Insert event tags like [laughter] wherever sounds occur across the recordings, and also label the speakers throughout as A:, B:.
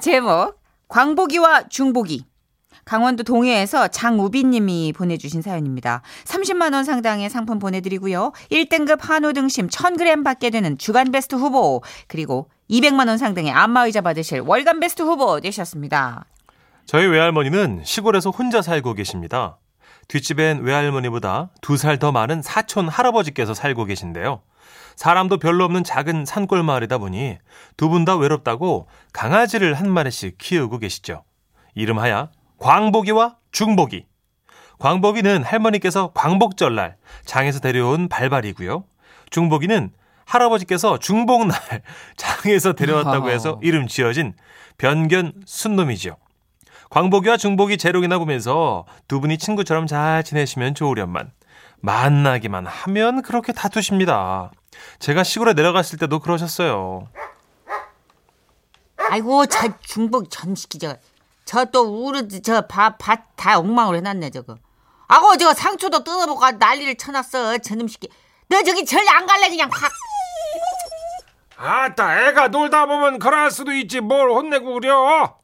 A: 제목 광복이와 중복이 강원도 동해에서 장우빈님이 보내주신 사연입니다. 30만 원 상당의 상품 보내드리고요. 1등급 한우 등심 1,000g 받게 되는 주간 베스트 후보 그리고 200만 원 상당의 안마의자 받으실 월간 베스트 후보 되셨습니다.
B: 저희 외할머니는 시골에서 혼자 살고 계십니다. 뒷집엔 외할머니보다 두 살 더 많은 사촌 할아버지께서 살고 계신데요. 사람도 별로 없는 작은 산골 마을이다 보니 두 분 다 외롭다고 강아지를 한 마리씩 키우고 계시죠. 이름하여 광복이와 중복이. 광복이는 할머니께서 광복절날 장에서 데려온 발발이고요. 중복이는 할아버지께서 중복날 [laughs] 장에서 데려왔다고 해서 이름 지어진 변견 순놈이지요. 광복이와 중복이 제록이나 보면서 두 분이 친구처럼 잘 지내시면 좋으련만 만나기만 하면 그렇게 다투십니다. 제가 시골에 내려갔을 때도 그러셨어요.
A: 아이고 저 중복 전시키 저저 또 우르지 저밭밭다 엉망으로 해놨네 저거. 아고 저거 상추도 뜯어먹고 난리를 쳐놨어 저놈 시끼. 너 저기 절 안 갈래 그냥 확.
C: 아따 애가 놀다 보면 그럴 수도 있지 뭘 혼내고 그려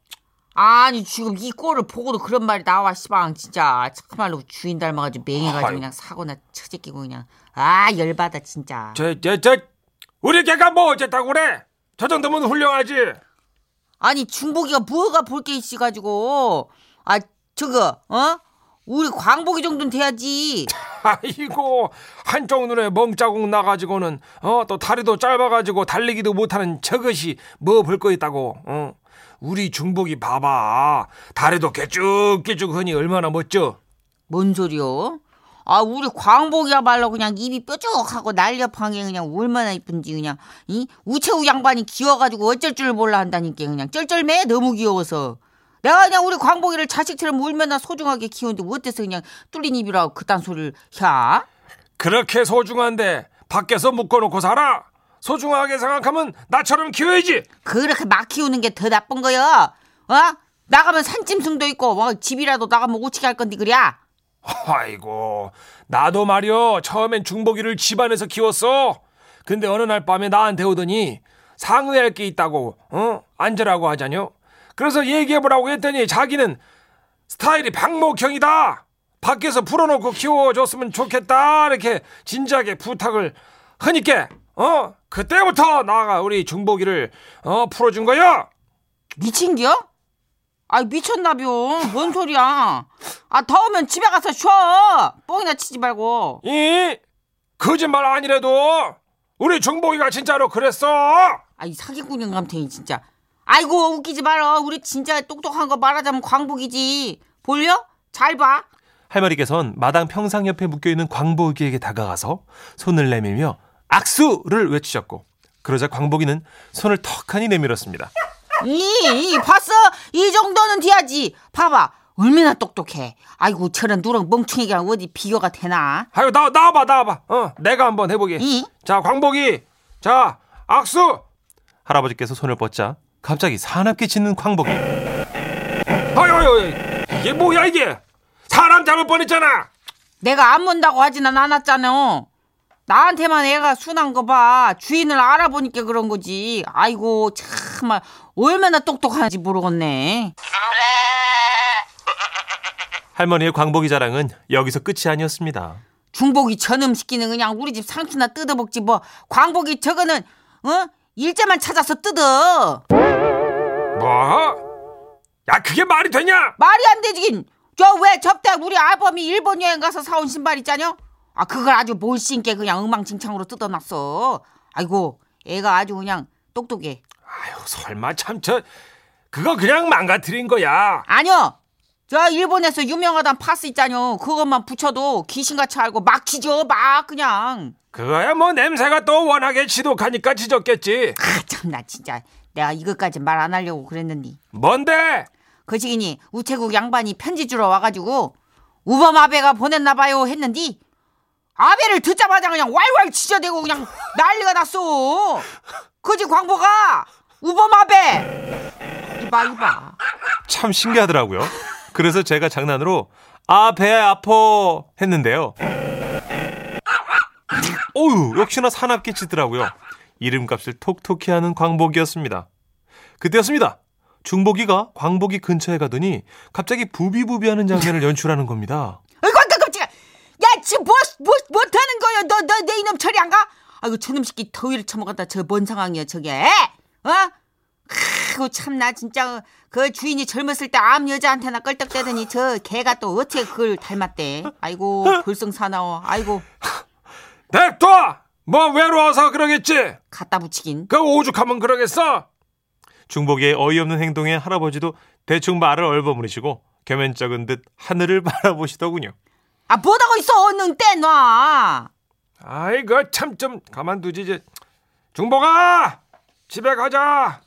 A: 아니 지금 이 꼴을 보고도 그런 말이 나와 시방 진짜 참말로 주인 닮아가지고 맹해가지고
C: 아이고.
A: 그냥 사고나 처제끼고 그냥 아 열받아 진짜
C: 저 저 저 우리 걔가 뭐 어쨌다고 그래 저 정도면 훌륭하지 [laughs]
A: 아니 중복이가 뭐가 볼 게 있어가지고 아 저거 어 우리 광복이 정도는 돼야지
C: 아이고 한쪽 눈에 멍자국 나가지고는 어 또 다리도 짧아가지고 달리기도 못하는 저것이 뭐 볼 거 있다고 어 우리 중복이 봐봐 다리도 개쭉개쭉하니 얼마나 멋져
A: 뭔 소리요 아 우리 광복이야말로 그냥 입이 뾰족하고 날렵하게 그냥 얼마나 이쁜지 그냥 이 우체국 양반이 귀여가지고 어쩔 줄 몰라 한다니까 그냥 쩔쩔매 너무 귀여워서 내가 그냥 우리 광복이를 자식처럼 얼마나 소중하게 키우는데 어때서 그냥 뚫린 입이라고 그딴 소리를 혀?
C: 그렇게 소중한데 밖에서 묶어놓고 살아 소중하게 생각하면 나처럼 키워야지
A: 그렇게 막 키우는 게 더 나쁜 거요. 어? 나가면 산짐승도 있고 뭐 집이라도 나가면 우치게 할 건데 그랴.
C: 아이고 나도 말이여 처음엔 중복이를 집안에서 키웠어 근데 어느 날 밤에 나한테 오더니 상의할 게 있다고 어 앉으라고 하자뇨 그래서 얘기해보라고 했더니 자기는 스타일이 박목형이다 밖에서 풀어놓고 키워줬으면 좋겠다 이렇게 진지하게 부탁을 하니까 어 그때부터 나가 우리 중복이를 어 풀어준 거야
A: 미친겨? 아이 미쳤나벼. 뭔 소리야. 아 더우면 집에 가서 쉬어. 뽕이나 치지 말고.
C: 이 거짓말 아니래도 우리 중복이가 진짜로 그랬어.
A: 아이 사기꾼인 감탱이 진짜. 아이고 웃기지 말어. 우리 진짜 똑똑한 거 말하자면 광복이지. 볼려? 잘 봐.
B: 할머니께선 마당 평상 옆에 묶여있는 광복이에게 다가가서 손을 내밀며 악수를 외치셨고 그러자 광복이는 손을 턱하니 내밀었습니다.
A: 이, 이 봤어? 이 정도는 돼야지. 봐봐. 얼마나 똑똑해. 아이고 저런 누렁 멍청이가 어디 비교가 되나.
C: 아유 나 나와봐 나와봐 어 내가 한번 해보게
A: 이?
C: 자 광복이 자 악수
B: 할아버지께서 손을 뻗자 갑자기 사납게 짖는 광복이
C: 아유 아유 아유. 이게 뭐야 이게 사람 잡을 뻔했잖아
A: 내가 안 본다고 하지는 않았잖아. 나한테만 애가 순한 거 봐. 주인을 알아보니까 그런 거지. 아이고, 참말 얼마나 똑똑한지 모르겠네.
B: 할머니의 광복이 자랑은 여기서 끝이 아니었습니다.
A: 중복이 전음 시키는 그냥 우리 집 상추나 뜯어먹지 뭐. 광복이 저거는 어? 일자만 찾아서 뜯어.
C: 뭐야 그게 말이 되냐
A: 말이 안 되지긴. 저 왜 접대 우리 아범이 일본 여행 가서 사온 신발 있잖여. 아 그걸 아주 몰신게 그냥 엉망진창으로 뜯어놨어. 아이고, 애가 아주 그냥 똑똑해.
C: 아유 설마 참 저 그거 그냥 망가뜨린 거야
A: 아니요. 저 일본에서 유명하단 파스 있잖요. 그것만 붙여도 귀신같이 알고 막 지져 막 그냥.
C: 그거야 뭐 냄새가 또 워낙에 지독하니까 지졌겠지
A: 아 참나 진짜 내가 이것까지 말 안 하려고 그랬는데. 그
C: 뭔데
A: 거시기니 우체국 양반이 편지 주러 와가지고 우범 아베가 보냈나 봐요 했는데 아베를 듣자마자 그냥 왈왈 지져대고 그냥 난리가 났어. 그지 광보가 우범 아베. 이봐 이봐.
B: 참 신기하더라고요. 그래서 제가 장난으로 아 배 아퍼 했는데요. 어유 역시나 사납게 치더라고요. 이름값을 톡톡히 하는 광복이었습니다. 그때였습니다. 중복이가 광복이 근처에 가더니 갑자기 부비부비하는 장면을 연출하는 겁니다.
A: 아이고 깜짝 깜짝이야 야 지금 뭐, 뭐, 못하는 거야 너 너 내 이놈 처리 안 가? 아이고 저놈 새끼 더위를 처먹었다 저 뭔 상황이야 저게 어? 아이고 참나 진짜 그 주인이 젊었을 때 암 여자한테나 껄떡대더니 저 개가 또 어떻게 그걸 닮았대 아이고 불성사나워 아이고
C: 냅둬! 뭐 외로워서 그러겠지?
A: 갖다 붙이긴
C: 그 오죽하면 그러겠어?
B: 중복의 어이없는 행동에 할아버지도 대충 말을 얼버무리시고 겸연쩍은 듯 하늘을 [laughs] 바라보시더군요.
A: 아 뭐다고 있어 얼른 떼놔
C: 아이고 참 좀 가만두지 이제 중복아 집에 가자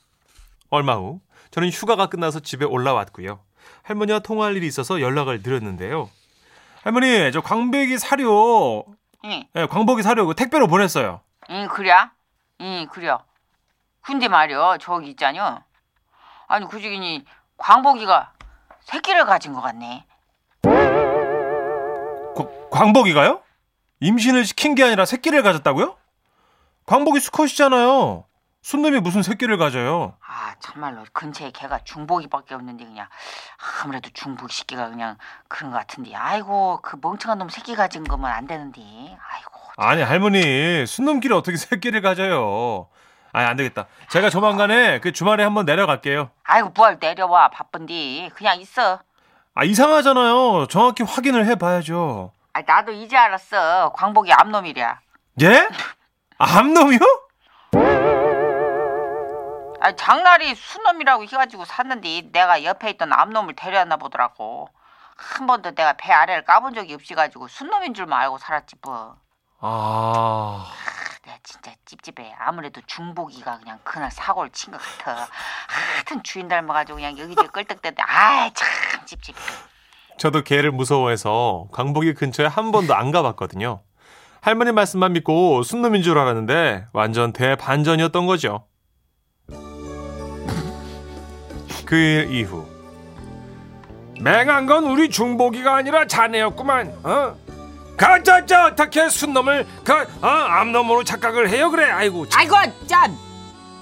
B: 얼마 후 저는 휴가가 끝나서 집에 올라왔고요. 할머니와 통화할 일이 있어서 연락을 드렸는데요. 할머니, 저 광복이 사료,
A: 응,
B: 예, 광복이 사료 그 택배로 보냈어요.
A: 응 그래 응 그래 근데 말이야 저기 있잖여 아니 그 중에 광복이가 새끼를 가진 것 같네
B: 고- 그 광복이가요? 임신을 시킨 게 아니라 새끼를 가졌다고요? 광복이 수컷이잖아요. 순놈이 무슨 새끼를 가져요?
A: 아 참말로 근처에 걔가 중복이밖에 없는데 그냥 아무래도 중복 새끼가 그냥 그런 것 같은데 아이고 그 멍청한 놈 새끼 가진 거면 안 되는데 아이고
B: 아니 할머니 순놈끼리 어떻게 새끼를 가져요? 아니 안 되겠다. 제가 조만간에 그 주말에 한번 내려갈게요.
A: 아이고 뭘 내려와 바쁜디 그냥 있어
B: 아 이상하잖아요. 정확히 확인을 해봐야죠.
A: 아 나도 이제 알았어 광복이 암놈이랴
B: 예? 암놈이요?
A: 아 장날이 수놈이라고 해가지고 샀는데 내가 옆에 있던 암놈을 데려왔나 보더라고. 한 번도 내가 배 아래를 까본 적이 없이가지고 순놈인 줄만 알고 살았지 뭐.
B: 아
A: 크, 내가 진짜 찝찝해. 아무래도 중복이가 그냥 그날 사고를 친 것 같아. 하여튼 주인 닮아가지고 그냥 여기저기 끌떡대대. 아참 찝찝해.
B: 저도 개를 무서워해서 광복이 근처에 한 번도 안 가봤거든요. 할머니 말씀만 믿고 순놈인 줄 알았는데 완전 대반전이었던 거죠. 그 일 이후
C: 맹한 건 우리 중복이가 아니라 자네였구만 어? 가짜짜 어떻게 순놈을 그 어? 암놈으로 착각을 해요 그래 아이고 참.
A: 아이고 짠.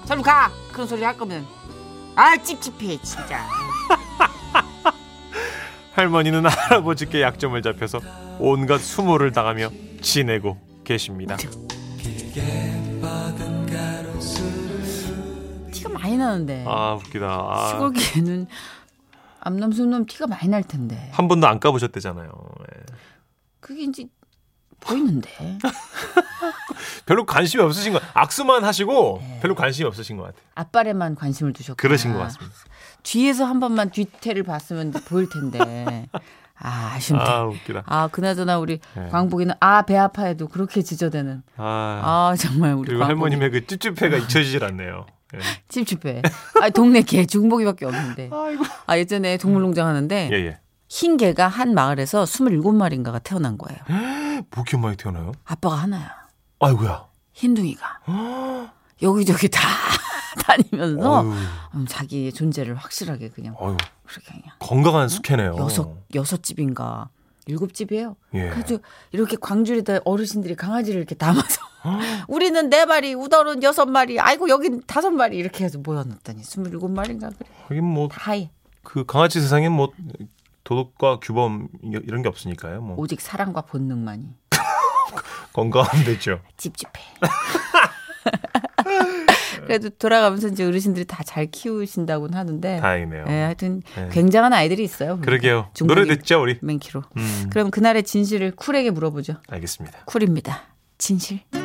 A: 저리 가. 그런 소리 할 거면. 아 찝찝해 진짜.
B: 할머니는 [laughs] 할아버지께 약점을 잡혀서 온갖 수모를 당하며 지내고 계십니다.
D: 티가 많이 나는데
B: 아 웃기다. 아,
D: 시골기에는 암놈 순놈 티가 많이 날 텐데
B: 한 번도 안 가보셨대잖아요. 예.
D: 그게 이제 보이는데
B: 별로 관심이 없으신 것 악수만 하시고 별로 관심이 없으신 것 같아요.
D: 앞발에만 관심을 두셨고
B: 그러신
A: 아.
B: 것 같습니다.
D: 뒤에서 한 번만 뒤태를 봤으면 이제 보일 텐데 아 아쉽네
B: 아 네.
D: 아,
B: 웃기다.
D: 그나저나 우리 광복이는 아 배 아파해도 그렇게 지저대는
B: 아.
D: 아 뭐. 정말 우리
B: 그리고
D: 광복이
B: 할머님의 그 찝찝해가 잊혀지질 않네요. 예.
D: 찝찝해 아 동네 개 중복이밖에 없는데 아 예전에 동물농장 하는데
B: 예, 예.
D: 흰 개가 한 마을에서 27마리인가가 태어난 거예요
B: 목이 많이 태어나요?
D: 아빠가 하나야
B: 아이고야.
D: 흰둥이가 여기저기 다 [laughs] 다니면서
B: 어휴,
D: 음, 자기의 존재를 확실하게 그냥
B: 어휴,
D: 그렇게 그냥
B: 건강한 숙회네요.
D: 어? 여섯 여섯 집인가 일곱 집이에요.
B: 어. 예.
D: 그래서 이렇게 광주에다 어르신들이 강아지를 이렇게 담아서
B: 어?
D: [laughs] 우리는 네 마리, 우더는 여섯 마리, 아이고 여긴 다섯 마리 이렇게 해서 모여놨더니 스물일곱 마리인가 그래.
B: 하긴 뭐
D: 다이
B: 그 강아지 세상엔 뭐 도덕과 규범 이- 이런 게 없으니까요. 뭐
D: 오직 사랑과 본능만이
B: 건강하면 되죠.
D: 찝찝해. [laughs] 그래도 돌아가면서 이제 어르신들이 다 잘 키우신다고는 하는데
B: 다행이네요.
D: 예, 하여튼
B: 예.
D: 굉장한 아이들이 있어요. 보니까.
B: 그러게요.
D: 중국인
B: 노래 듣죠, 우리?
D: 맨키로.
B: 음.
D: 그럼 그날의 진실을 쿨하게 물어보죠.
B: 알겠습니다.
D: 쿨입니다. 진실.